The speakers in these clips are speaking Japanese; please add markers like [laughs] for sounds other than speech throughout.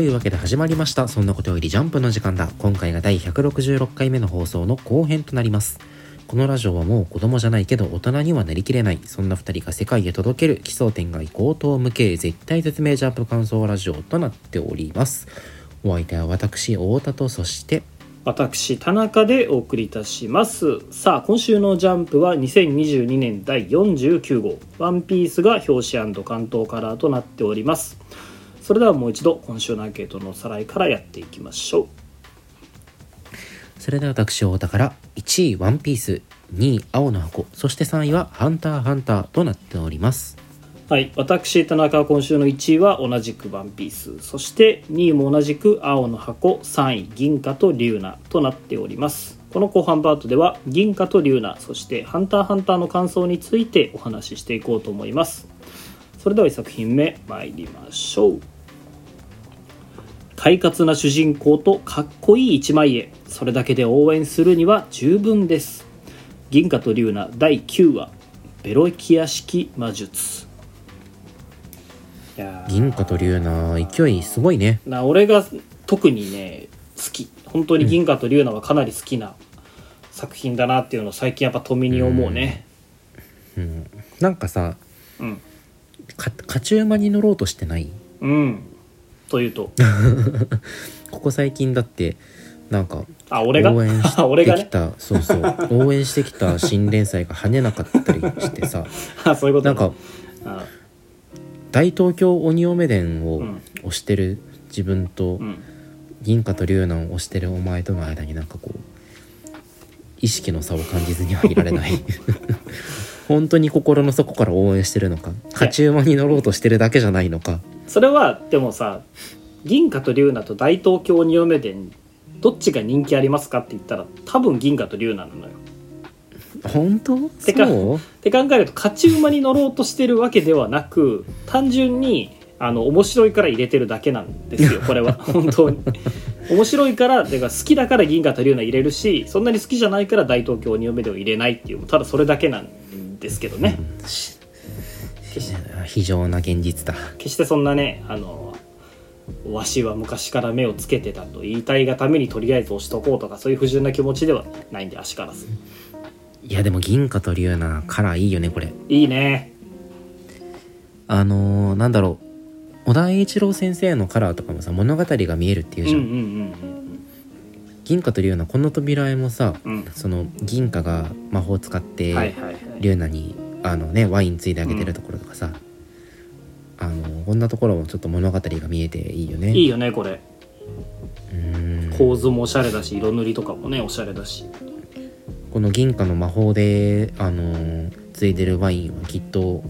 いうわけで始まりました。そんなことよりジャンプの時間だ。今回が第166回目の放送の後編となります。このラジオはもう子供じゃないけど大人にはなりきれない。そんな二人が世界へ届ける奇想天外高等無形絶対絶命ジャンプ感想ラジオとなっております。お相手は私、太田と、そして、私田中でお送りいたしますさあ今週の「ジャンプ」は2022年第49号「ワンピースが表紙関東カラーとなっておりますそれではもう一度今週のアンケートのおさらいからやっていきましょそれでは私、太田から1位ワンピース、2位青の箱、そして3位はハンターハンターとなっております。うはい私田中は今週の1位は同じく「ワンピースそして2位も同じく「青の箱」3位「銀貨と龍ナとなっておりますこの後半パートでは銀貨と龍ナそして「ハンターハンター」の感想についてお話ししていこうと思いますそれでは1作品目参りましょう快活な主人公とかっこいい一枚絵それだけで応援するには十分です銀河と龍ナ第9話ベロキア式魔術いやー銀貨と竜な勢いすごいね。な俺が特にね好き本当に銀河と龍ナはかなり好きな作品だなっていうのを最近やっぱ富に思うねなんかさ、うんか勝ち馬に乗ろうとしてないうん、とい [laughs] うとここ最近だってなんかあ応俺が援 [laughs] 俺してがきねた、そうそう応援してきた新連載が跳ねなかったりして [laughs] さあそういうことなんねかあ大東京鬼嫁伝をうん推してる自分とうん銀貨と龍南を推してるお前との間になんかこう意識の差を感じずにはいられ [laughs] ない本当に心の底から応援してるのか勝ち馬に乗ろうとしてるだけじゃないのかそれはでもさ銀河と龍ナと大東京鬼嫁伝どっちが人気ありますかって言ったら多分銀河と龍ナなのよ本当てかそうって考えると勝ち馬に乗ろうとしてるわけではなく単純にあの面白いから入れてるだけなんです [laughs] よこれは本当に面白いからてか好きだから銀河と龍ナ入れるしそんなに好きじゃないから大東京鬼嫁伝を入れないっていうただそれだけなんですけどねし非常な現実だ決してそんなねあのわしは昔から目をつけてたと言いたいがためにとりあえず押しとこうとかそういう不純な気持ちではないんで足からずいやでも銀貨と竜なカラーいいよねこれいいねあのー、なんだろう小田栄一郎先生のカラーとかもさ物語が見えるっていううんじうんゃ、うんん銀貨と竜なこの扉絵もさうんうんその銀貨が魔法を使っはいてはいはい竜なにあのねワインついてあげてるところとかさ、あのこんなところもちょっと物語が見えていいよねいいよねこれうーん構図もおしゃれだし色塗りとかもねおしゃれだしこの銀貨の魔法であのーついでるワインはきっとこ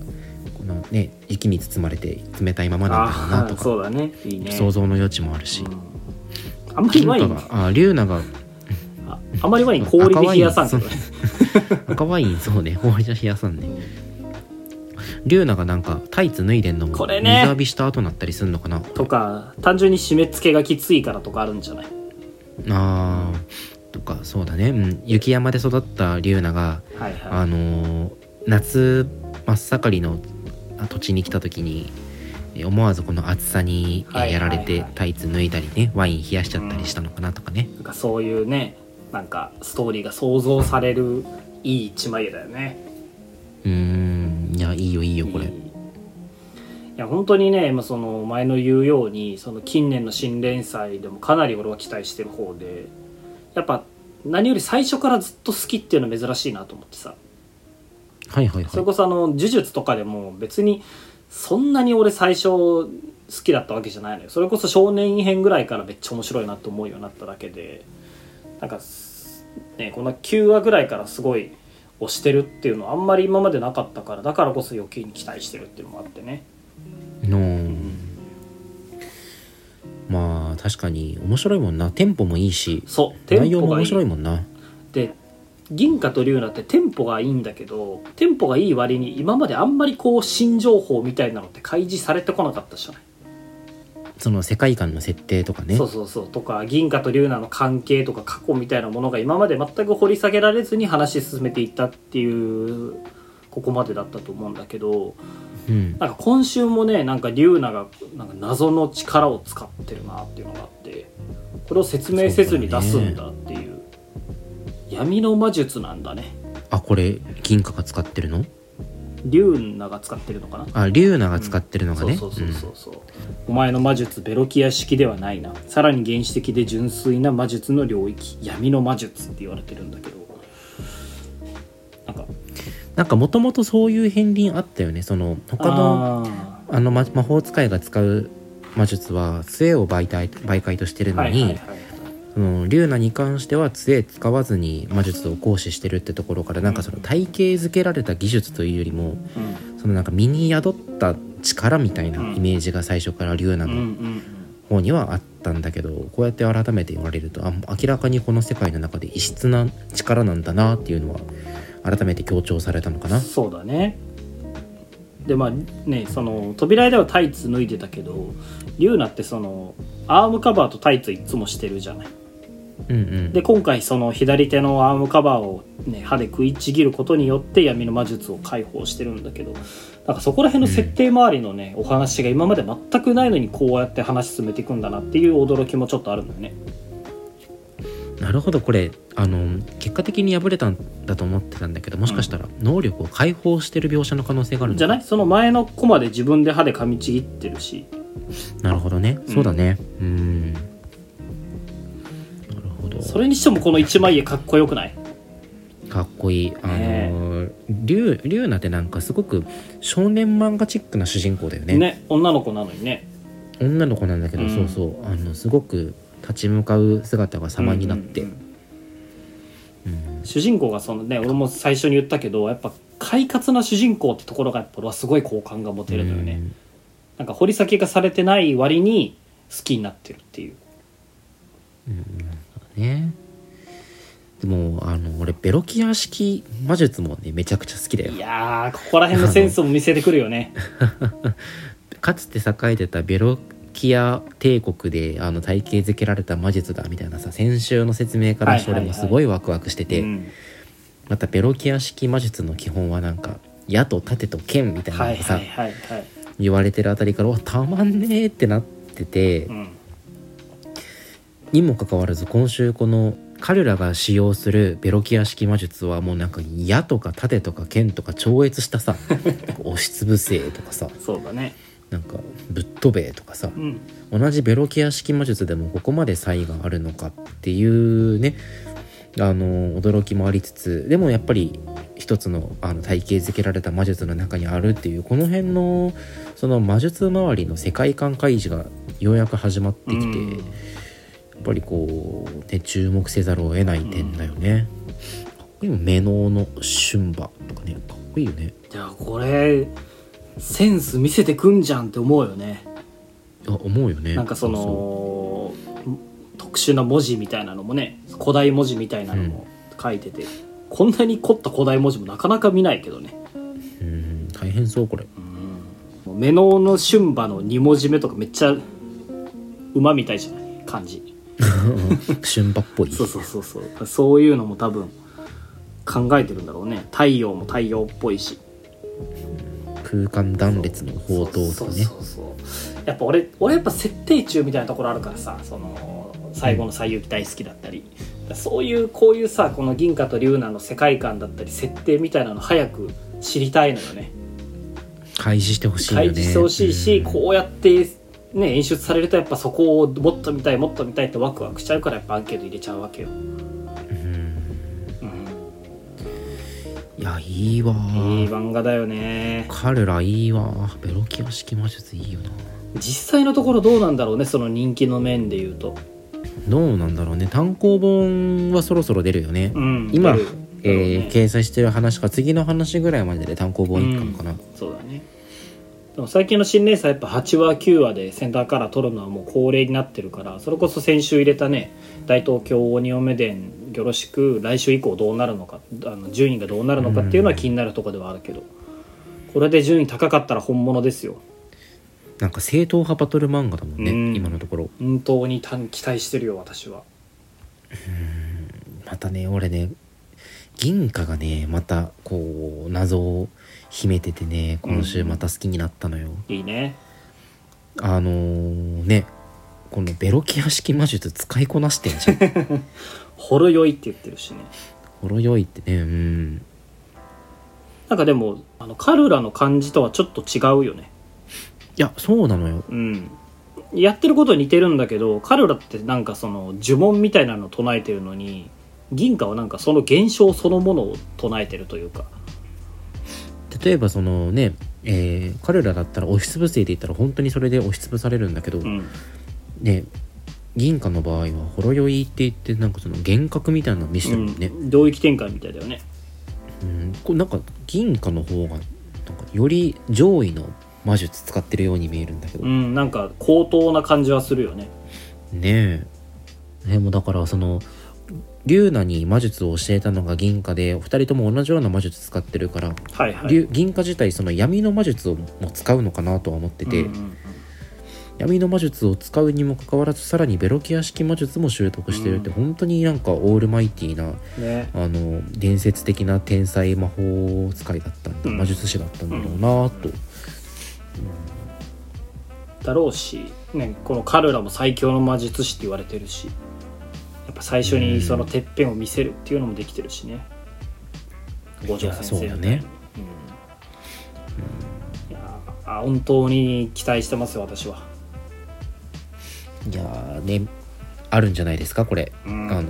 のね雪に包まれて冷たいままなんだろうなあとあかそうだねいいね想像の余地もあるし、うんあんまり銀ワイ貨ンがあ龍奈がああんまりワイン氷で冷やさんけどね赤ワインそうね [laughs] 氷じゃ冷やさんね龍奈がなんかタイツ脱いでんのもこれ水ね浴びした後なったりすんのかな、とか単純に締め付けがきついからとかあるんじゃないあーとかそうだね、うん、雪山で育った龍奈がはいはいあのー夏真っ盛りのあ土地に来た時にえ思わずこの暑さにえはいやられはいてはいタイツ脱いだりねワイン冷やしちゃったりしたのかなとかね、なんかそういうねなんかストーリーが想像されるいい一枚絵だよねうーんいやいいよいいよこれいいいや本当にね、まあ、その前の言うようにその近年の新連載でもかなり俺は期待してる方でやっぱ何より最初からずっと好きっていうの珍しいなと思ってさはいはいそれはこそあの呪術とかでも別にそんなに俺最初好きだったわけじゃないのよそれこそ少年編ぐらいからめっちゃ面白いなと思うようになっただけでなんかすねこの9話ぐらいからすごい推してるっていうのはあんまり今までなかったからだからこそ余計に期待してるっていうのもあってねいのまあ確かに面白いもんなテンポもいいしそうテ内ン容ポもがい面い白いもんなで銀貨と龍ナってテンポがいいんだけどテンポがいい割に今まであんまりこう新情報みたいなのって開示されてこなかったじゃないその世界観の設定とかねそうそうそうとか銀河と龍ナの関係とか過去みたいなものが今まで全く掘り下げられずに話し進めていったっていうここまでだったと思うんだけどうんなんか今週もねなんか龍ナがなんか謎の力を使ってるなっていうのがあってこれを説明せずに出すんだっていう闇の魔術なんだねあこれ銀貨が使ってるの龍ナが使ってるのかなあリュウナが使ってるのがねそうそうそうそうそう、お前の魔術ベロキア式ではないなさらに原始的で純粋な魔術の領域闇の魔術って言われてるんだけどなんかうんなんかもともとそういう片鱗あったよねその他のああのま魔法使いが使う魔術は杖を媒体媒介としてるーのはいに、はいはいそのリュウナに関しては杖使わずに魔術を行使してるってところからなんかその体系づけられた技術というよりもうんそのなんか身に宿った力みたいなイメージが最初からリュウナうんうのん方にはあったんだけどこうやって改めて言われるとあ明らかにこの世界の中で異質な力なんだなっていうのは改めて強調されたのかう、。なんそうだねでまあねその扉絵ではタイツ脱いでたけどリュウナってそのアームカバーとタイツいつもしてるじゃないうんうん、で今回その左手のアームカバーを、ね、歯で食いちぎることによって闇の魔術を解放してるんだけどなんかそこら辺の設定周りのね、お話が今まで全くないのにこうやって話進めていくんだなっていう驚きもちょっとあるんだよね。なるほどこれあの結果的に敗れたんだと思ってたんだけどもしかしたら能力を解放してる描写の可能性があるんじゃだないその前のコマで自分で歯で噛みちぎってるしなるほどね、うんそうだねうんなるほどそれにしてもこの一枚絵かっこよくないかっこいいあねのリュウリュウナってなんかすごく少年漫画チックな主人公だよねね女の子なのにね。女の子なんだけど、うんそうそうあのすごく立ち向かう姿が様になって、ううんうんん主人公がそのね俺も最初に言ったけどやっぱ快活な主人公ってところがやっぱ俺はすごい好感が持てるのよね。なんか掘り下げがされてない割に好きになってるっていうねでもあの俺ベロキア式魔術もねめちゃくちゃ好きだよいやーここら辺のセンスも見せてくるよねかつて栄えてたベロキア帝国であの体系づけられた魔術だみたいなさ先週の説明からしてはい俺はいはいもすごいワクワクしてて、うんまたベロキア式魔術の基本はなんか矢と盾と剣みたいなはのいがさ、はいはいはい、言われてるあたりからわたまんねえってなってて、うん、にもかかわらず今週この彼らが使用するベロキア式魔術はもうなんか矢とか盾とか剣とか超越したさ [laughs] 押しつぶせとかさそうだねなんかぶっ飛べとかさ、うん同じベロキア式魔術でもここまで差異があるのかっていうねあの驚きもありつつでもやっぱり一つのあの体系づけられた魔術の中にあるっていうこの辺のその魔術周りの世界観開示がようやく始まってきて、うんやっぱりこう、ね、注目せざるを得ない点だよね。かっこいいもんメノのシュンバとかねかっこいいよね。いやこれセンス見せてくんじゃんって思うよねあ思うよね。なんかそううの特殊な文字みたいなのもね古代文字みたいなのも書いてて、こんなに凝った古代文字もなかなか見ないけどねうん大変そうこれ。うんメノの春馬の2文字目とかめっちゃ馬みたいじゃない感じ [laughs] シュンバっぽい。そうそうそうそうそういうのも多分考えてるんだろうね太陽も太陽っぽいし空間断裂の宝刀とそかうねそうそうやっぱ俺俺やっぱ設定中みたいなところあるからさその最後の西遊記大好きだったり、そういうこういうさこの銀河と龍南の世界観だったり設定みたいなの早く知りたいのよね開示してほしいよね開示してほしいし、うんこうやって、ね、演出されるとやっぱそこをもっと見たいもっと見たいってワクワクしちゃうからやっぱアンケート入れちゃうわけよ、うんうん、いやいいわいい漫画だよね彼らいいわベロキア式魔術いいよな実際のところどうなんだろうねその人気の面で言うと、どうなんだろうね単行本はそろそろ出るよね、うん、今出るえーだろうね掲載してる話か次の話ぐらいまでで単行本一巻かな、そうだねでも最近の新連載やっぱ8話9話でセンターカラー取るのはもう恒例になってるからそれこそ先週入れたね大東京鬼嫁伝よろしく来週以降どうなるのかあの順位がどうなるのかっていうのは気になるところではあるけど、これで順位高かったら本物ですよなんか正統派バトル漫画だもんね、うん今のところ本当に短期待してるよ私はまたね俺ね銀貨がねまたこう謎を秘めててね今週また好きになったのよ、いいねあのーねこのベロキア式魔術使いこなしてんじゃ [laughs] んほろ酔いって言ってるしねほろ酔いってねうんなんかでもあのカルラの感じとはちょっと違うよねいやそうなのようんやってることは似てるんだけどカルラってなんかその呪文みたいなのを唱えてるのに銀貨はなんかその現象そのものを唱えてるというか例えばそのね、えー彼らだったら押しつぶせていたら本当にそれで押しつぶされるんだけど、うんね銀貨の場合はほろ酔いって言ってなんかその幻覚みたいなの見せてるもんね、うん、領域展開みたいだよねうんこれなんか銀貨の方がなんかより上位の魔術使ってるように見えるんだけど、うねんなんか高等な感じはするよねえでもだからその龍ナに魔術を教えたのが銀貨でお二人とも同じような魔術使ってるから、はいはい龍銀貨自体その闇の魔術をも使うのかなとは思ってて、うんうんうん闇の魔術を使うにもかかわらずさらにベロキア式魔術も習得してるって、うん本当になんかオールマイティーなねあの伝説的な天才魔法使いだったんだ、うん魔術師だったんだろうなと、だろうし、ね、このカルラも最強の魔術師って言われてるしやっぱ最初にそのてっぺんを見せるっていうのもできてるしね五条先生いやそうだたりねうんいやあ本当に期待してますよ私は、いやーねあるんじゃないですかこれ、うんあの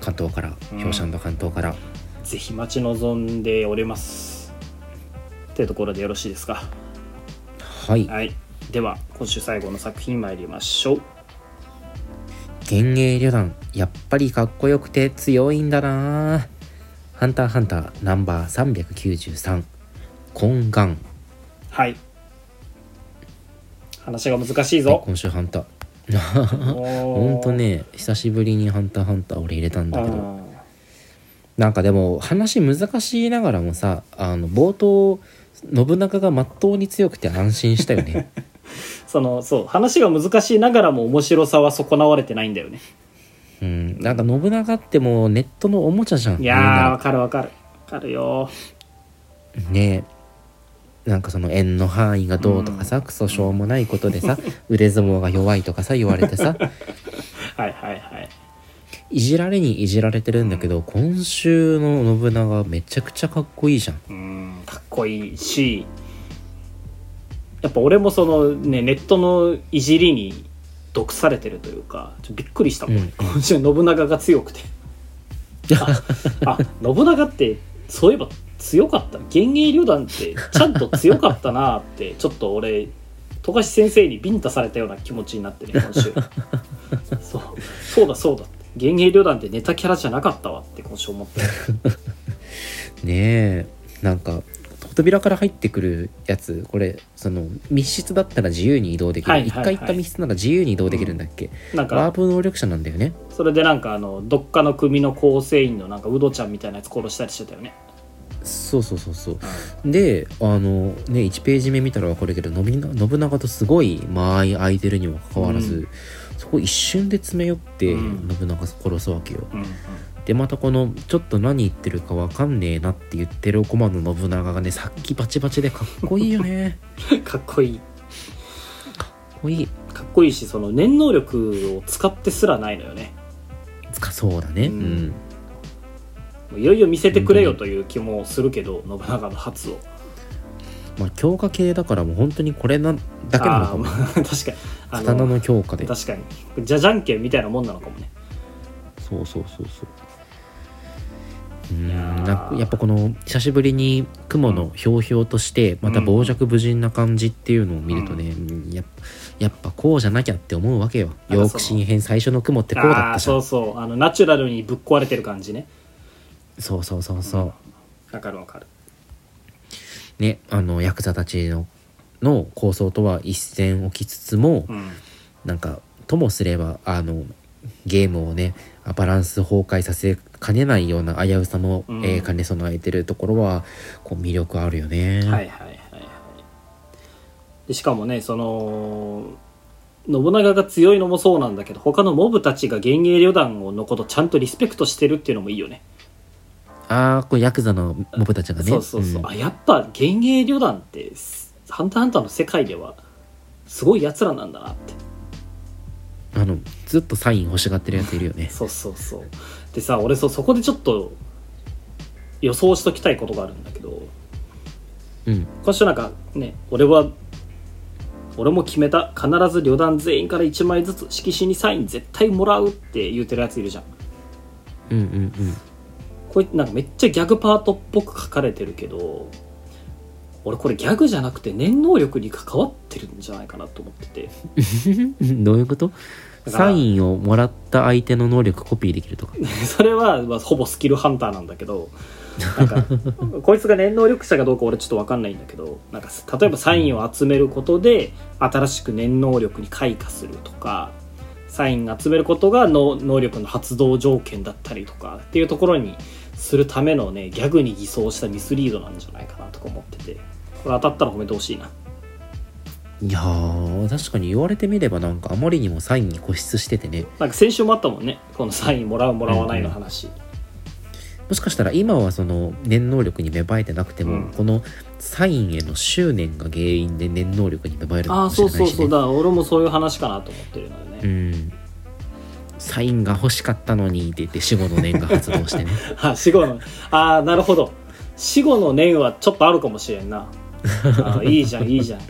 関東からうん氷山の関東から、ぜひ待ち望んでおりますってところでよろしいですかはいはいでは今週最後の作品参りましょう幻影旅団やっぱりかっこよくて強いんだなぁハンターハンターナンバー393懇願はい話が難しいはいぞ今週ハンターほ本んとね久しぶりに「ハンターハンター」俺入れたんだけどなんかでも話難しいながらもさあの冒頭信長がまっとうに強くて安心したよ [laughs] ねそのそう話が難しいながらも面白さは損なわれてないんだよねうんなんか信長ってもうネットのおもちゃじゃんい言うやーなわかるわかるわかるよらねえなんかその縁の範囲がどうとかさ、クソしょうもないことでさ [laughs] 腕相撲が弱いとかさ言われて [laughs] さはいはいはいいじられにいじられてるんだけど今週の信長めちゃくちゃかっこいいじゃんうんかっこいいしやっぱ俺もそのねネットのいじりに毒されてるというかちょっとびっくりしたもん、うん今週信長が強くてああ信長ってそういえば強かった幻影旅団ってちゃんと強かったなってちょっと俺富樫先生にビンタされたような気持ちになってね今週そうそうだそうだ幻影旅団ってネタキャラじゃなかったわって今週思ってねえなんか扉から入ってくるやつこれその密室だったら自由に移動できはるい一、はいはい回行った密室なら自由に移動できるんだっけ、なんかワープ能力者なんだよねそれでなんかあのどっかの組の構成員のなんかウドちゃんみたいなやつ殺したりしてたよねそうそうそうそうであのね1ページ目見たら分かるけど信長信長とすごい間合い空いてるにもかかわらず、うんそこ一瞬で詰め寄って、うん信長殺すわけようんでまたこのちょっと何言ってるか分かんねえなって言ってる駒の信長がねさっきバチバチでかっこいいよ [laughs] ねうんかっこいいかっこいいかっこいいしその念能力を使ってすらないのよねつかそうだねうんうんもういよいよ見せてくれよという気もするけど信長の初をまあ強化系だからもう本当にこれなだけなのかあーもまあ [laughs] 確かにあ刀のの強化で確かにじゃじゃんけんみたいなもんなのかもねそうそうそうそううんいやーなんかやっぱこの久しぶりに雲のひょうひょうとしてまた傍若無人な感じっていうのを見るとね、うんやっぱやっぱこうじゃなきゃって思うわけよなんかそのヨークシー編最初の雲ってこうだあっあーたじゃそんうそうあのナチュラルにぶっ壊れてる感じねそうそうそうそうわかるわかるねあのヤクザたちのの構想とは一線を置きつつも、うんなんかともすればあのゲームをねあバランス崩壊させかねないような危うさも、うんえー兼ね備えてるところはこう魅力あるよね。はいはいはいはいでしかもねその信長が強いのもそうなんだけど他のモブたちが幻影旅団のことちゃんとリスペクトしてるっていうのもいいよねああこれヤクザのモブたちがねそうそうそう、あやっぱ幻影旅団って「ハンターハンター」の世界ではすごいやつらなんだなってうんあのずっとサイン欲しがってるやついるよねそうそうそうでさ俺そそこでちょっと予想しときたいことがあるんだけどうん今週なんかね俺は俺も決めた必ず旅団全員から1枚ずつ色紙にサイン絶対もらうって言うてるやついるじゃんうんうんうんこれなんかめっちゃギャグパートっぽく書かれてるけど俺これギャグじゃなくて念能力に関わってるんじゃないかなと思っててどういうことだからサインをもらった相手の能力コピーできるとか。 [laughs] それは、まあ、ほぼスキルハンターなんだけどなん [laughs] かこいつが念能力者かどうか俺ちょっと分かんないんだけどなんか例えばサインを集めることで新しく念能力に開花するとかサイン集めることがの能力の発動条件だったりとかっていうところにするためのねギャグに偽装したミスリードなんじゃないかなとか思っててこれ当たったら褒めてほしいないやー、確かに言われてみればなんかあまりにもサインに固執しててね。なんか先週もあったもんねこのサインもらうもらわないの話、もしかしたら今はその念能力に芽生えてなくても、うんこのサインへの執念が原因で念能力に芽生えるのかああもしれそうないし、そね。うそうだから俺もそういう話かなと思ってるのでね、うん。サインが欲しかったのにって言って死後の念が発動 [laughs] してね。あ死後のああなるほど死後の念はちょっとあるかもしれんなあーいいじゃんいいじゃん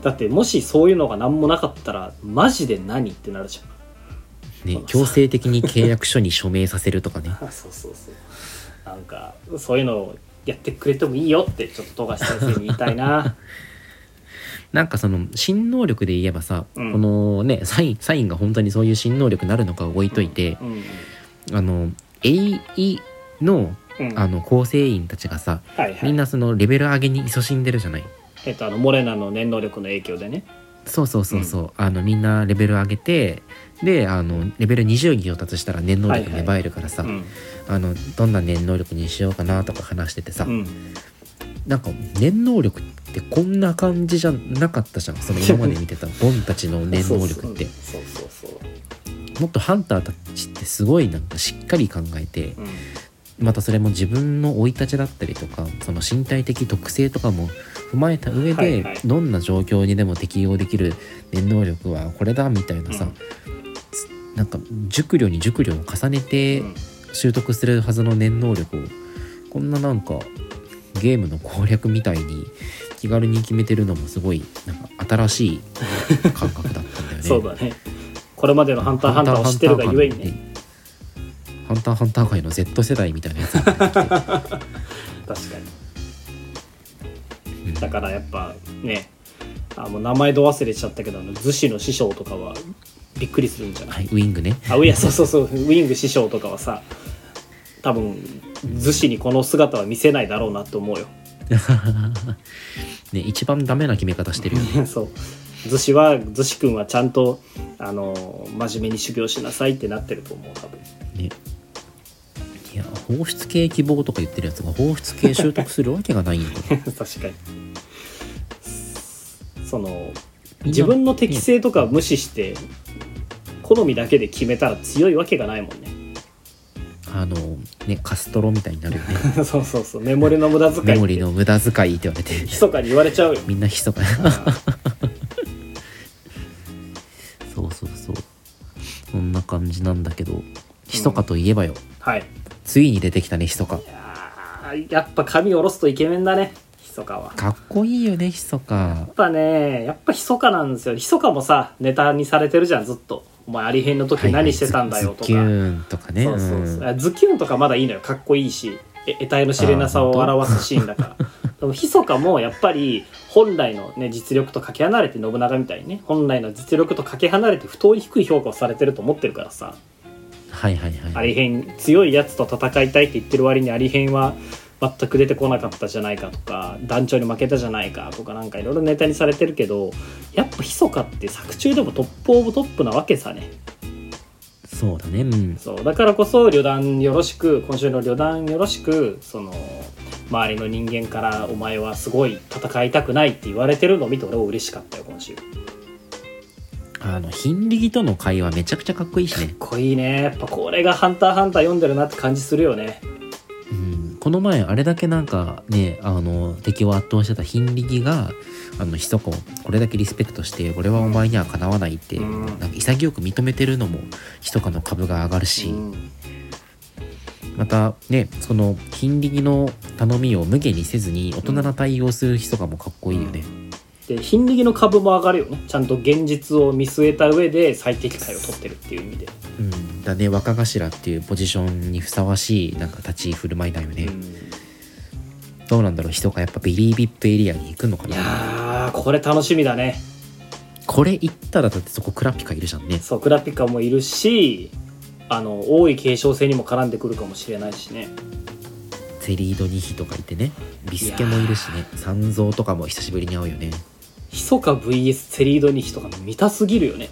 だってもしそういうのが何もなかったらマジで何ってなるじね、強制的に契約書に署名させるとかね。ゃんあそうそうそうなんかそういうのをやってくれてもいいよってちょっと富樫先生に言いたいななんかその新能力で言えばさ、うんこのねサインサインが本当にそういう新能力になるのかは置いといて、うんあの AE のうんあの構成員たちがさはいはみんいなそのレベル上げに勤しんでるじゃないえっとあのモレナの念能力の影響でねそうそうそうそう、あのみんなレベル上げてであのレベル20に到達したら念能力芽生えるからさ、うんあのどんな念能力にしようかなとか話しててさ、うんなんか念能力ってこんな感じじゃなかったじゃんその今まで見てたボンたちの念能力って [laughs] そうそうそうそうもっとハンターたちってすごいなんかしっかり考えてうんまたそれも自分の生い立ちだったりとかその身体的特性とかも踏まえた上で、はいはいどんな状況にでも適応できる念能力はこれだみたいなさ、うんつなんか熟慮に熟慮を重ねてうん習得するはずの念能力をこんななんかゲームの攻略みたいに気軽に決めてるのもすごいなんか新しい [laughs] 感覚だったんだよね。そうだねこれまでの「ハンターハンター」を知ってるがゆえにねハンターハンター界の Z 世代みたいなやつ [laughs] が出てきて確かにうんだからやっぱねあもう名前ど忘れしちゃったけどあの逗子の師匠とかはびっくりするんじゃないはい、ウイングね。あいやそうそうそうウィング師匠とかはさ多分逗子にこの姿は見せないだろうなと思うよ [laughs] [laughs] ね、一番ダメな決め方してるよね。そう逗子は逗子君はちゃんとあの真面目に修行しなさいってなってると思う多分 [laughs] ねいや、放出系希望とか言ってるやつが放出系習得するわけがないんだ確かにその [laughs] 自分の適性とか無視して好みだけで決めたら強いわけがないもんねあの、ね、カストロみたいになるよね。 [laughs] [laughs] そうそうそうメモリの無駄遣メいモっリての無駄遣いって言われて、密かに言われちゃ [laughs] うよみんなひそかに。そうそうそう。そんな感じなんだけど、ひそかといえばよ。はいついに出てきたね、ひそか。いやーやっぱ髪下ろすとイケメンだねひそかはやかっこいいよね、ひそかっ。ぱねやっぱひそかなんですよひそかもさネタにされてるじゃんずっとお前ありへんの時何してたんだよとズズキか、ューンとかね。そうそうそううんあズキュンとかまだいいのよかっこいいしえ得体の知れなさを表すシーンだからでもひそかもやっぱり本来の、ね、実力とかけ離れて信長みたいにね本来の実力とかけ離れて不当に低い評価をされてると思ってるからさはいはいはい。ありへん強いやつと戦いたいって言ってる割にありへんは全く出てこなかったじゃないかとか団長に負けたじゃないかとかなんかいろいろネタにされてるけどやっぱひそかって作中でもトップオブトップなわけさね。そうだね、うん。そうだからこそ旅団よろしく今週の旅団よろしくその周りの人間から「お前はすごい戦いたくない」って言われてるのを見て俺は嬉しかったよ今週かっあの、ヒンリギとの会話めちゃくちゃかっこいいしね。こいいねやっぱこれが「ハンターハンター」読んでるなって感じするよねうん。この前あれだけなんかねあの敵を圧倒してたヒンリギがあのヒソコをこれだけリスペクトして俺はお前にはかなわないって、うんなんか潔く認めてるのもヒソカの株が上がるし、うんまたねその金利の頼みを無下にせずに大人な対応する人がもかっこいいよね、でヒンリギの株も上がるよねちゃんと現実を見据えた上で最適解を取ってるっていう意味で、うんだね若頭っていうポジションにふさわしいなんか立ち居振る舞いだよね、どうなんだろう人がやっぱビリービップエリアに行くのかいなやーこれ楽しみだねこれ行ったらだってそこクラピカいるじゃんねそうクラピカもいるしあの王位継承制にも絡んでくるかもしれないしねセリードニヒとかいてねビスケもいるしね三蔵とかも久しぶりに会うよねヒソカ VS セリードニヒとか見たすぎるよね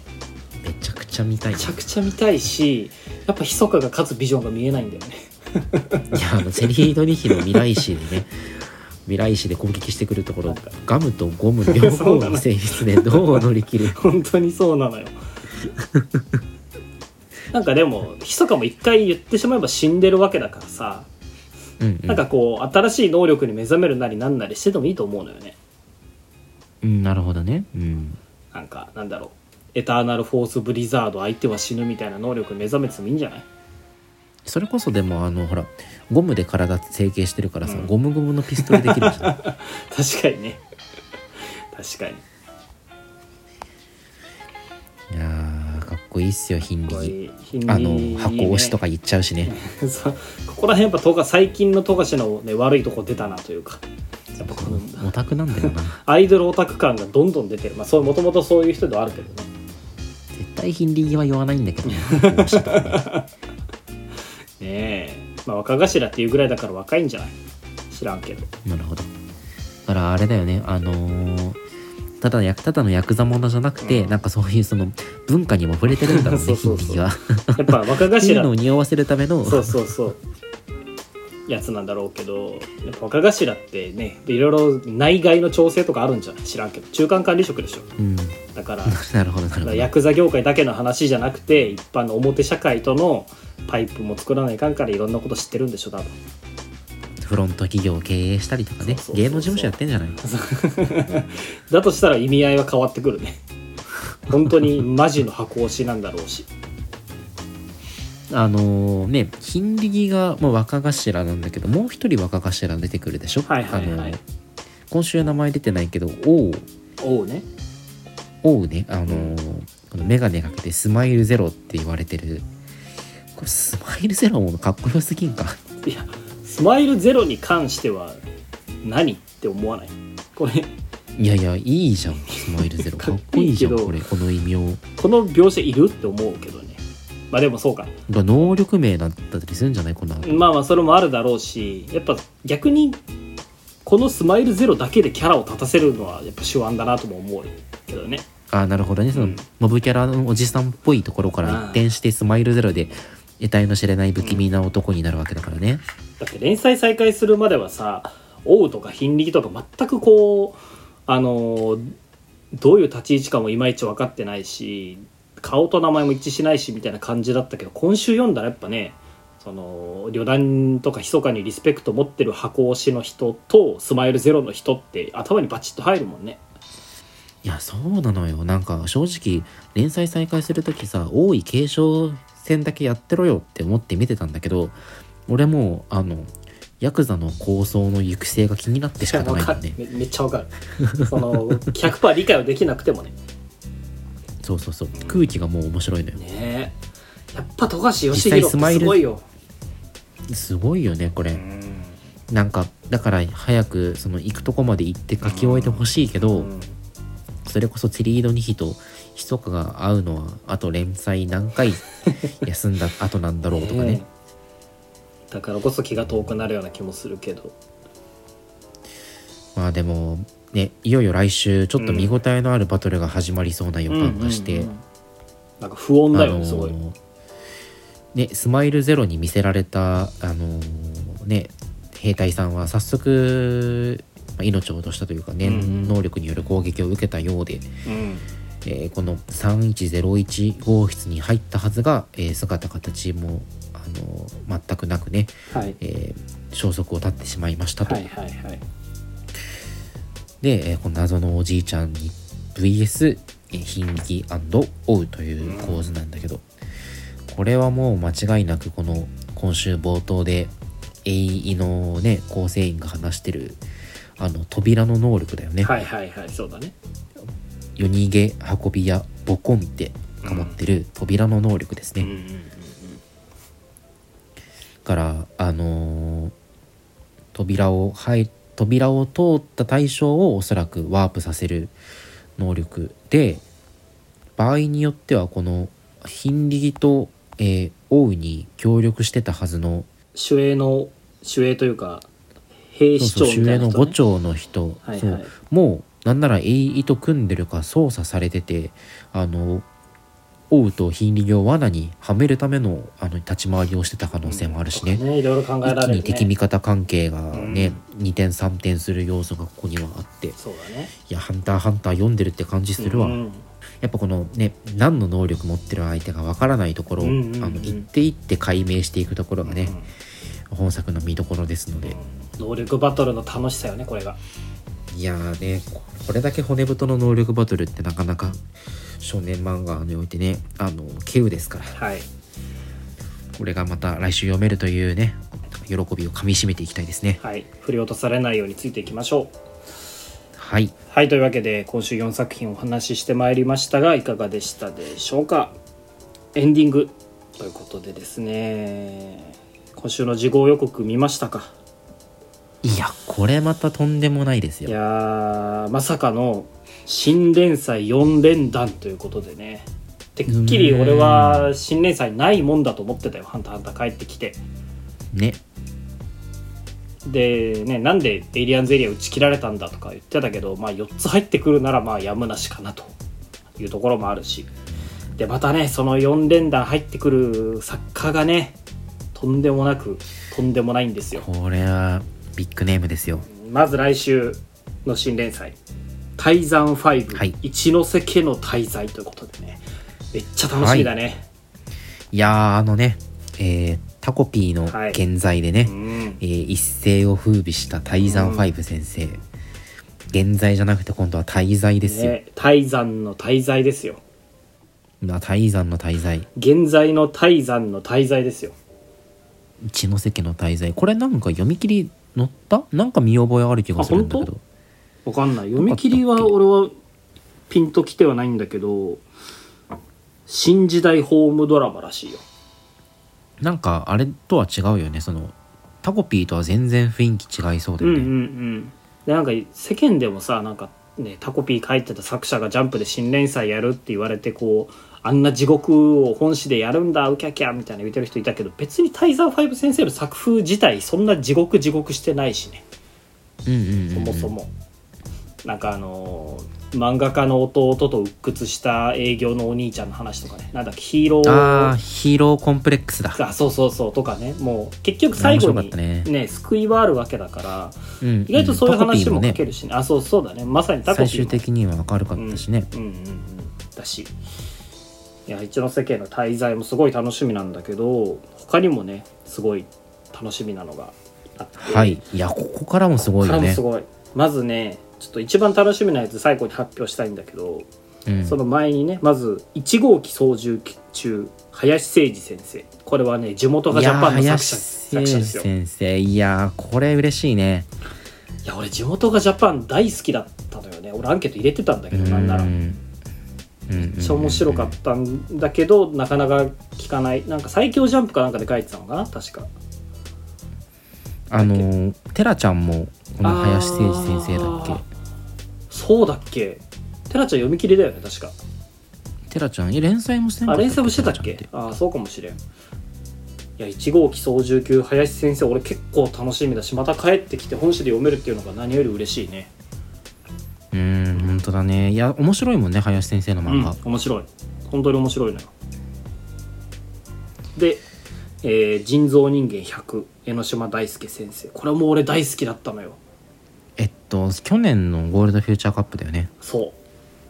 めちゃくちゃ見たいめいちゃくちゃ見たいしやっぱヒソカが勝つビジョンが見えないんだよね [laughs] やあのセリードニヒの未来史でね未来史で攻撃してくるところガムとゴム両方の性質でどう乗り切る本当にそうな [laughs] のよなんかでもヒソカも一回言ってしまえば死んでるわけだからさうんうんなんかこう新しい能力に目覚めるなりなんなりしててもいいと思うのよねうん、なるほどね、うん、なんかなんだろうエターナルフォースブリザード相手は死ぬみたいな能力に目覚めてもいいんじゃないそれこそでもあのほらゴムで体成形してるからさ、うんゴムゴムのピストルできるじゃん確かにね確かにいやーかっこいいっすよヒンこうリギいうヒンあの箱押しとかか言っちゃうしね [laughs] そうここら辺やっぱ富樫最近の富樫の、ね、悪いとこ出たなというかやっぱこのオタクなんだよな [laughs] アイドルオタク感がどんどん出てるまあそうもともとそういう人ではあるけどね絶対ヒンリギは言わないんだけどねこうしたとかねねえまあ若頭っていうぐらいだから若いんじゃない知らんけど [laughs] なるほどだからあれだよねあのーただやただのヤクザものじゃなくて、うんなんかそういうその文化にも触れてるんだろうね [laughs] そうそうヒそうンリギはっやっぱ若ていう頭のを匂わせるためのそうそうそうやつなんだろうけどやっぱ若頭ってねいろいろ内外の調整とかあるんじゃない知らんけど中間管理職でしょうん、なだ [laughs] からるほどなるほどヤクザ業界だけの話じゃなくて一般の表社会とのパイプも作らないかんからいろんなこと知ってるんでしょ多分フロント企業を経営したりとかねそうそうそうそう芸能事務所やってんじゃないの [laughs] だとしたら意味合いは変わってくるね本当にマジの箱推しなんだろうしあのーねヒンリギが、まあ、若頭なんだけどもう一人若頭出てくるでしょ、はいはいはいあのー今週は名前出てないけど王おうね王ねあのーこの眼鏡かけてスマイルゼロって言われてるこれスマイルゼロもかっこよすぎんかいやスマイルゼロに関しては何って思わないこれいやいやいいじゃんスマイルゼロ [laughs] かっこいいじゃんかっここいれこの異名この描写いるって思うけどねまあでもそうかが能力名だったりするんじゃないこんなのまあまあそれもあるだろうしやっぱ逆にこのスマイルゼロだけでキャラを立たせるのはやっぱ手腕だなとも思うけどねあなるほどねその、うんモブキャラのおじさんっぽいところから一転してスマイルゼロで得体の知れない不気味な男になるわけだからね、だって連載再開するまではさ王とかヒンリギとか全くこうあのーどういう立ち位置かもいまいち分かってないし顔と名前も一致しないしみたいな感じだったけど今週読んだらやっぱねその旅団とか密かにリスペクト持ってる箱推しの人とスマイルゼロの人って頭にバチッと入るもんねいやそうなのよなんか正直連載再開する時さ王位継承戦だけやってろよって思って見てたんだけど俺もうあのヤクザの構想の行く末が気になって仕方ないわんかだるねめめっちゃ分かるその100%理解はできなくてもねそうそうそう空気がもう面白いのよねえやっぱ富樫義弘ってすごいよすごいよねこれ、うんなんかだから早くその行くとこまで行って書き終えてほしいけど、うんそれこそチリードニヒとヒソカが会うのはあと連載何回休んだ後なんだろうとかねええだからこそ気が遠くなるような気もするけどまあでもねいよいよ来週ちょっと見応えのあるバトルが始まりそうな予感がして、うんうんうんなんか不穏だよね、ーすごいねスマイルゼロに見せられたあのーね兵隊さんは早速まあ命を落としたというかうんうん念能力による攻撃を受けたようで、うんえーこの3101号室に入ったはずが、えー姿形もあのの全くなくね、はいえー消息を絶ってしまいましたと、はいはいはいで、えーこの謎のおじいちゃんに VS えーヒンギ追うという構図なんだけど、これはもう間違いなくこの今週冒頭で永井のね構成員が話してるあの扉の能力だよね、はいはいはいそうだね夜逃げ運び屋ボコンって持ってる扉の能力ですうね、んうんうんうんからあのー扉をはい扉を通った対象をおそらくワープさせる能力で場合によってはこのヒンリギと、えー王に協力してたはずの守衛の守衛というか兵そう士そ長うみ終たい焉なの人、五ね、丁の人、はいはいそうもうなんなら栄意と組んでるか操作されててあの王とヒンリギを罠にはめるためのあの立ち回りをしてた可能性もあるしね,、ねいろいろ考え一気られる、ね、に敵味方関係がね、2点3点する要素がここにはあっていそうだねや「ハンターハンター」読んでるって感じするわ、うんうんやっぱこのね何の能力持ってる相手がわからないところを、うんうんうんあの一手一手解明していくところがね、本作の見どころですので、能力バトルの楽しさよねこれがいやーねここれだけ骨太の能力バトルってなかなか少年漫画においてねあの稀有ですからはいこれがまた来週読めるというね喜びをかみしめていきたいですねはい振り落とされないようについていきましょうはいはいというわけで今週4作品お話ししてまいりましたがいかがでしたでしょうかエンディングということでですね今週の事後予告見ましたかいやこれまたとんでもないですいよやーまさかの新連載4連弾ということでねてっきり俺は新連載ないもんだと思ってたよ「ハンターハンター」帰ってきてねでねなんでエイリアンズエリア打ち切られたんだとか言ってたけど、まあ、4つ入ってくるならまあやむなしかなというところもあるしでまたねその4連弾入ってくる作家がねとんでもなくとんでもないんですよこれはビッグネームですよまず来週の新連載「泰山5、はい一ノ瀬家の滞在」ということでねめっちゃ楽しみだね、いやーあのねえータコピーの現在でね、うんえー一世を風靡した泰山ファイブ先生、現在じゃなくて今度は滞在ですよ、ね泰山の滞在ですよな泰山の滞在現在の泰山の滞在ですよ一ノ瀬家の滞在これなんか読み切り載ったなんか見覚えある気がするんだけあどわかんない読み切りは俺はピンときてはないんだけど新時代ホームドラマらしいよなんかあれとは違うよねそのタコピーとは全然雰囲気違いそうだうんようね、んうんでなんか世間でもさなんかねタコピー書いてた作者がジャンプで新連載やるって言われてこうあんな地獄を本誌でやるんだウキャキャみたいな言ってる人いたけど別にタイザー5先生の作風自体そんな地獄地獄してないしねうん、うんうんうんそもそも、なんかあのー漫画家の弟と鬱屈した営業のお兄ちゃんの話とかねなんだっけヒーローあーヒーローコンプレックスだあそうそうそうとかねもう結局最後面に白かったね救いはあるわけだからうんうん意外とそういうタコピ話ーもね書けるしね,、あそうそうだねまさにタコピー最も終的には明るかったしね、うんうんうんうんだしいや一ノ瀬家の滞在もすごい楽しみなんだけど他にもねすごい楽しみなのがあってはいいやここからもすごいよからもねすごいまずねちょっと一番楽しみなやつ最後に発表したいんだけど、うんその前にねまず1号機操縦機中林誠二先生これはね地元がいジやャパンの作者林作者ですよい先生いやーこれ嬉しいねや俺地元がジャパン大好きだったのよね俺アンケート入れてたんだけどなんならうめっんめちゃ面白かったんだけどなかなか聞かないなんか最強ジャンプかなんかで書いてたのかな確かあのーテラちゃんもこの林誠司先生だっあーそうだっけテラちゃん読み切りだよね確かけテラちゃんえ連載もしてなかあった連載もしてたっけああそうかもしれんいや1号機操縦級林先生俺結構楽しみだしまた帰ってきて本誌で読めるっていうのが何より嬉しいねうーん本当だねいや面白いもんね林先生のう漫ん画、面白い本当に面白いのよで、えー人造人間100」江ノ島大輔先生これも俺大好きだったのよえっと去年のゴールドフューチャーカップだよねそう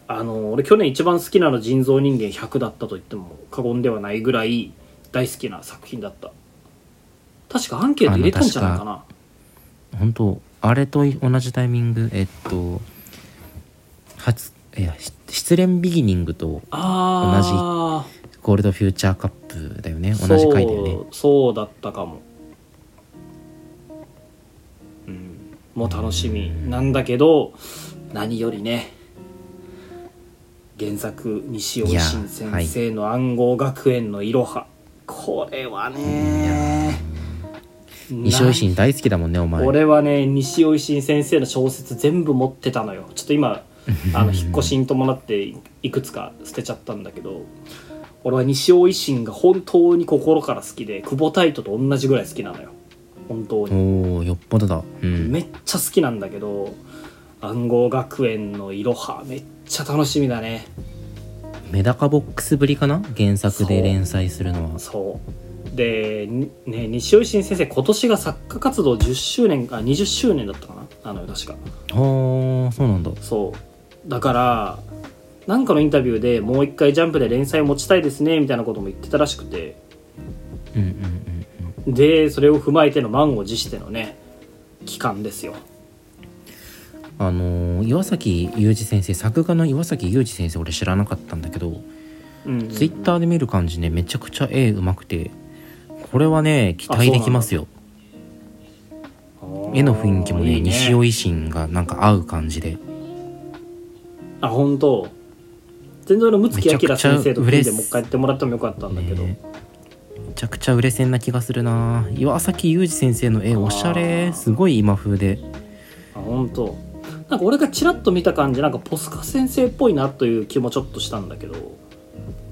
あの俺去年一番好きなの人造人間100だったと言っても過言ではないぐらい大好きな作品だった確かアンケート入れたんじゃないかな本当あれと同じタイミングえっと初いやし失恋ビギニングとああゴールドフューチャーカップだよね同じ回だよねそうそうだったかも、うん、もう楽しみなんだけど何よりね原作西尾維新先生の「暗号学園のいろは」これはね西尾維新大好きだもんねお前俺はね西尾維新先生の小説全部持ってたのよちょっと [laughs] 今あの引っ越しに伴っていくつか捨てちゃったんだけど俺は西尾維新が本当に心から好きで久保太斗と同じぐらい好きなのよ本当におーよっぽどだうんめっちゃ好きなんだけど暗号学園のいろはめっちゃ楽しみだねメダカボックスぶりかな原作で連載するのはそうで、にね、西尾維新先生今年が作家活動10周年あ20周年だったかなあのよ確かああそうなんだそうだからなんかのインタビューでもう一回「ジャンプ」で連載を持ちたいですねみたいなことも言ってたらしくてうんうんうんうんでそれを踏まえての満を持してのね期間ですよあのー岩崎裕二先生作画の岩崎裕二先生俺知らなかったんだけどうんツイッターで見る感じねめちゃくちゃ絵うまくてこれはね期待できますよ絵の雰囲気もね西尾維新がなんか合う感じであ本当全然俺睦月めちゃ明くちゃ先生と組ん嬉でしもう一回やってもらってもよかったんだけど、ねめちゃくちゃ売れ線な気がするな岩崎裕二先生の絵おしゃあれーすごい今風であ本当なんか俺がちらっと見た感じなんかポスカ先生っぽいなという気もちょっとしたんだけど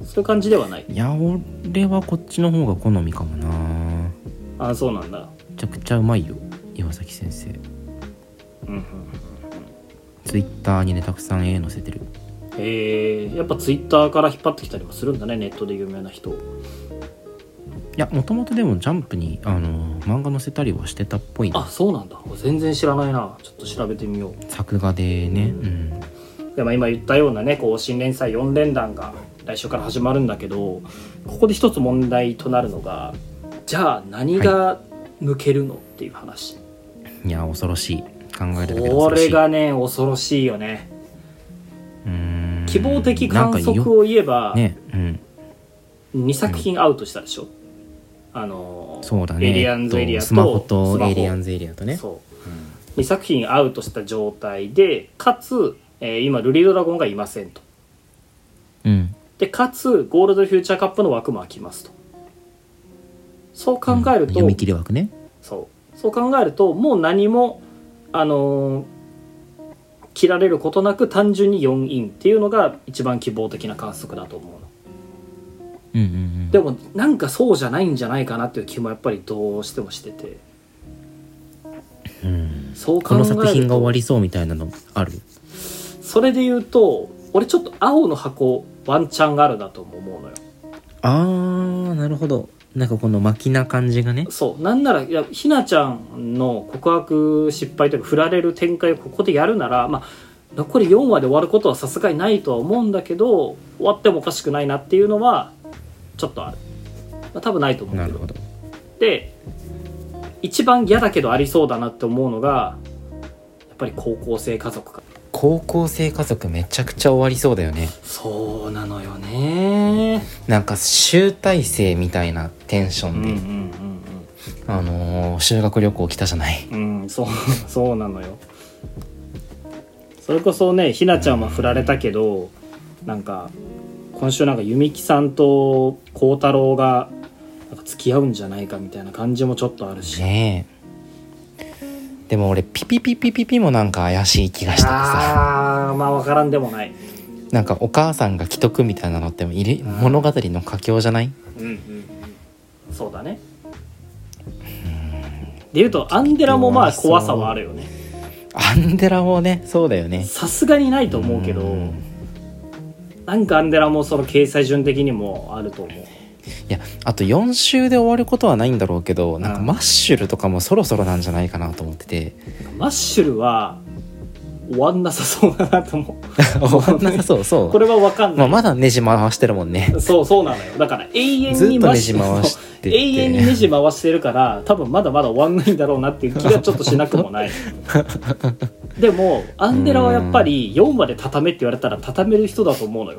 そういう感じではないいや俺はこっちの方が好みかもなめあそうなんだちゃくちゃうまいよ岩崎先生うんうんツイッターにねたくさん絵載せてるえー、やっぱツイッターから引っ張ってきたりもするんだねネットで有名な人いやもともとでもジャンプにあの漫画載せたりはしてたっぽいあなそうなんだ全然知らないなちょっと調べてみよう作画でねうんでまあ今言ったようなねこう新連載4連弾が来週から始まるんだけどここで一つ問題となるのがじゃあ何が抜けるのっていう話、いや恐ろしい考えるだけで恐ころしれいがね恐ろしいよねうーん希望的観なんか測よを言えば、ねうん2作品アウトしたでしょ、あのそうだねエイリアンズエリアえっととスマホとスマホエイリアンズエリアとねそう2作品アウトした状態でかつ、えー今ルリードラゴンがいませんとうんでかつゴールドフューチャーカップの枠も空きますとそう考えるうんと、読み切り枠ねそうそう考えるともう何もあのー切られることなく単純に4インっていうのが一番希望的な観測だと思うのうんうんうんでもなんかそうじゃないんじゃないかなっていう気もやっぱりどうしてもしててうんそうこ考えのると作品が終わりそうみたいなのあるそれで言うと俺ちょっと青の箱ワンチャンがあるなとも思うのよあーなるほどなんかこの巻きな感じがねそうなんならいやひなちゃんの告白失敗というか振られる展開をここでやるならまあ残り4話で終わることはさすがにないとは思うんだけど終わってもおかしくないなっていうのはちょっとある、まあ、多分ないと思うなけるどほどで一番嫌だけどありそうだなって思うのがやっぱり高校生家族か高校生家族めちゃくちゃ終わりそうだよねそうなのよねなんか集大成みたいなテンショうんンうんで、うんあのー修学旅行来たじゃないうんうん [laughs] そうそうなのよそれこそねひなちゃんは振られたけどなんか今週なんか弓木さんと孝太郎がなんか付き合うんじゃないかみたいな感じもちょっとあるし、ねえでも俺ピピピピピピもなんか怪しい気がしててさああまあ分からんでもないなんかお母さんが既得みたいなのっていれ物語の佳境じゃないうんうんうんそうだねでいうとアンデラもまあ怖さはあるよねアンデラもねそうだよねさすがにないと思うけどうんなんかアンデラもその掲載順的にもあると思ういやあと4週で終わることはないんだろうけどなんかうん [laughs] マッシュルとかもそろそろなんじゃないかなと思っててマッシュルは終わんなさそうだなと思う終わんなさそうそうこれは分かんまなあ、い、まだねじ回してるもんねそうそうなのよだから永遠ずにっとねじ回そうしてて永遠にネジ回してるから多分まだまだ終わんないんだろうなっていう気がちょっとしなくもない [laughs] でもアンデラはやっぱり4話で畳めって言われたら畳める人だと思うのよ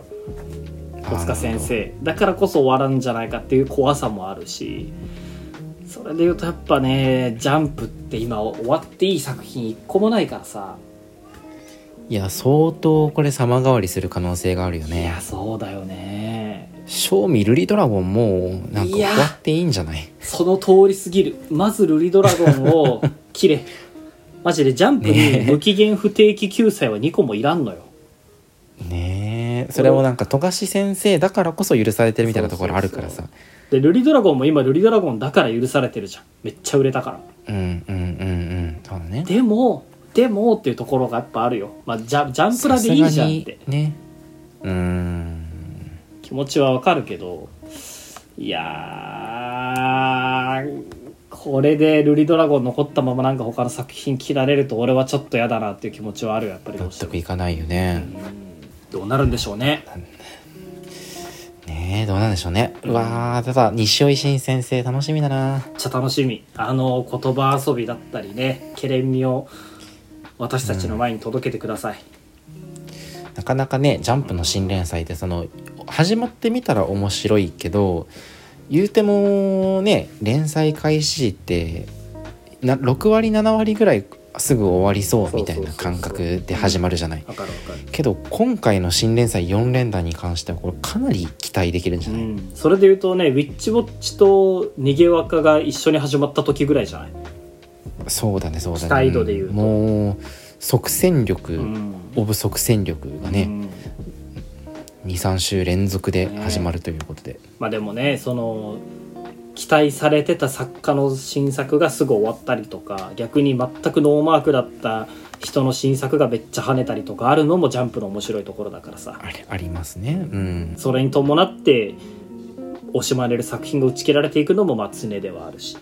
戸塚先生だからこそ終わらんじゃないかっていう怖さもあるしそれで言うとやっぱね「ジャンプ」って今終わっていい作品一個もないからさいや相当これ様変わりする可能性があるよいねやそうだよね賞味ルリドラゴンもうなんかい終やわっていいんじゃないその通りすぎるまずルリドラゴン [laughs] を切れマジでジャンプにねえ無期限不定期救済は2個もいらんのよねえそれもなんか富樫先生だからこそ許されてるみたいなところあるからそさうでルリドラゴンも今ルリドラゴンだから許されてるじゃんめっちゃ売れたからうんうんうんうんそうだねでもでもっていうところがやっぱあるよ、まあ、ジャジャンプラでいいじゃんってさすがにねうーん気持ちはわかるけどいやーこれでルリドラゴン残ったままなんか他の作品切られると俺はちょっと嫌だなっていう気持ちはあるよやっぱりど納うしても得いかないよねどうなるんでしょうねねえどうなんでしょうねうわーただ西尾維新先生楽しみだなめっちゃ楽しみあの言葉遊びだったりねケレン味を私たちの前に届けてください、なかなかね「ジャンプ」の新連載ってその始まってみたら面白いけど言うてもね連載開始ってな6割7割ぐらいすぐ終わりそうみたいな感覚で始まるじゃないわかるわかけど今回の新連載4連弾に関してはこれかなり期待できるんじゃる、うない、ん、それで言うとねウィッチウォッチと逃げ若が一緒に始まった時ぐらいじゃない、そうだねそうだね期待度で言うともう即戦力、うんオブ即戦力がうね、ん23週連続で始まるということで、まあでもねその期待されてた作家の新作がすぐ終わったりとか逆に全くノーマークだった人の新作がめっちゃ跳ねたりとかあるのもジャンプの面白いところだからさあれありますねうんそれに伴って惜しまれる作品が打ち切られていくのもまあ常ではあるし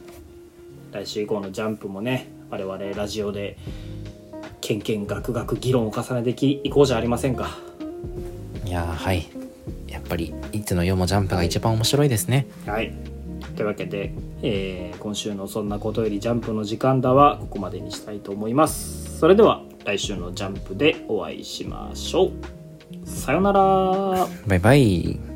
来週以降の「ジャンプ」もね我々ラジオでけんけんがくがく議論を重ねてきいこうじゃありませんかいやーはいやっぱりいつの世もジャンプが一番面白いですねはいというわけで、えー今週の「そんなことよりジャンプの時間だ」はここまでにしたいと思いますそれでは来週の「ジャンプ」でお会いしましょうさよならバイバイ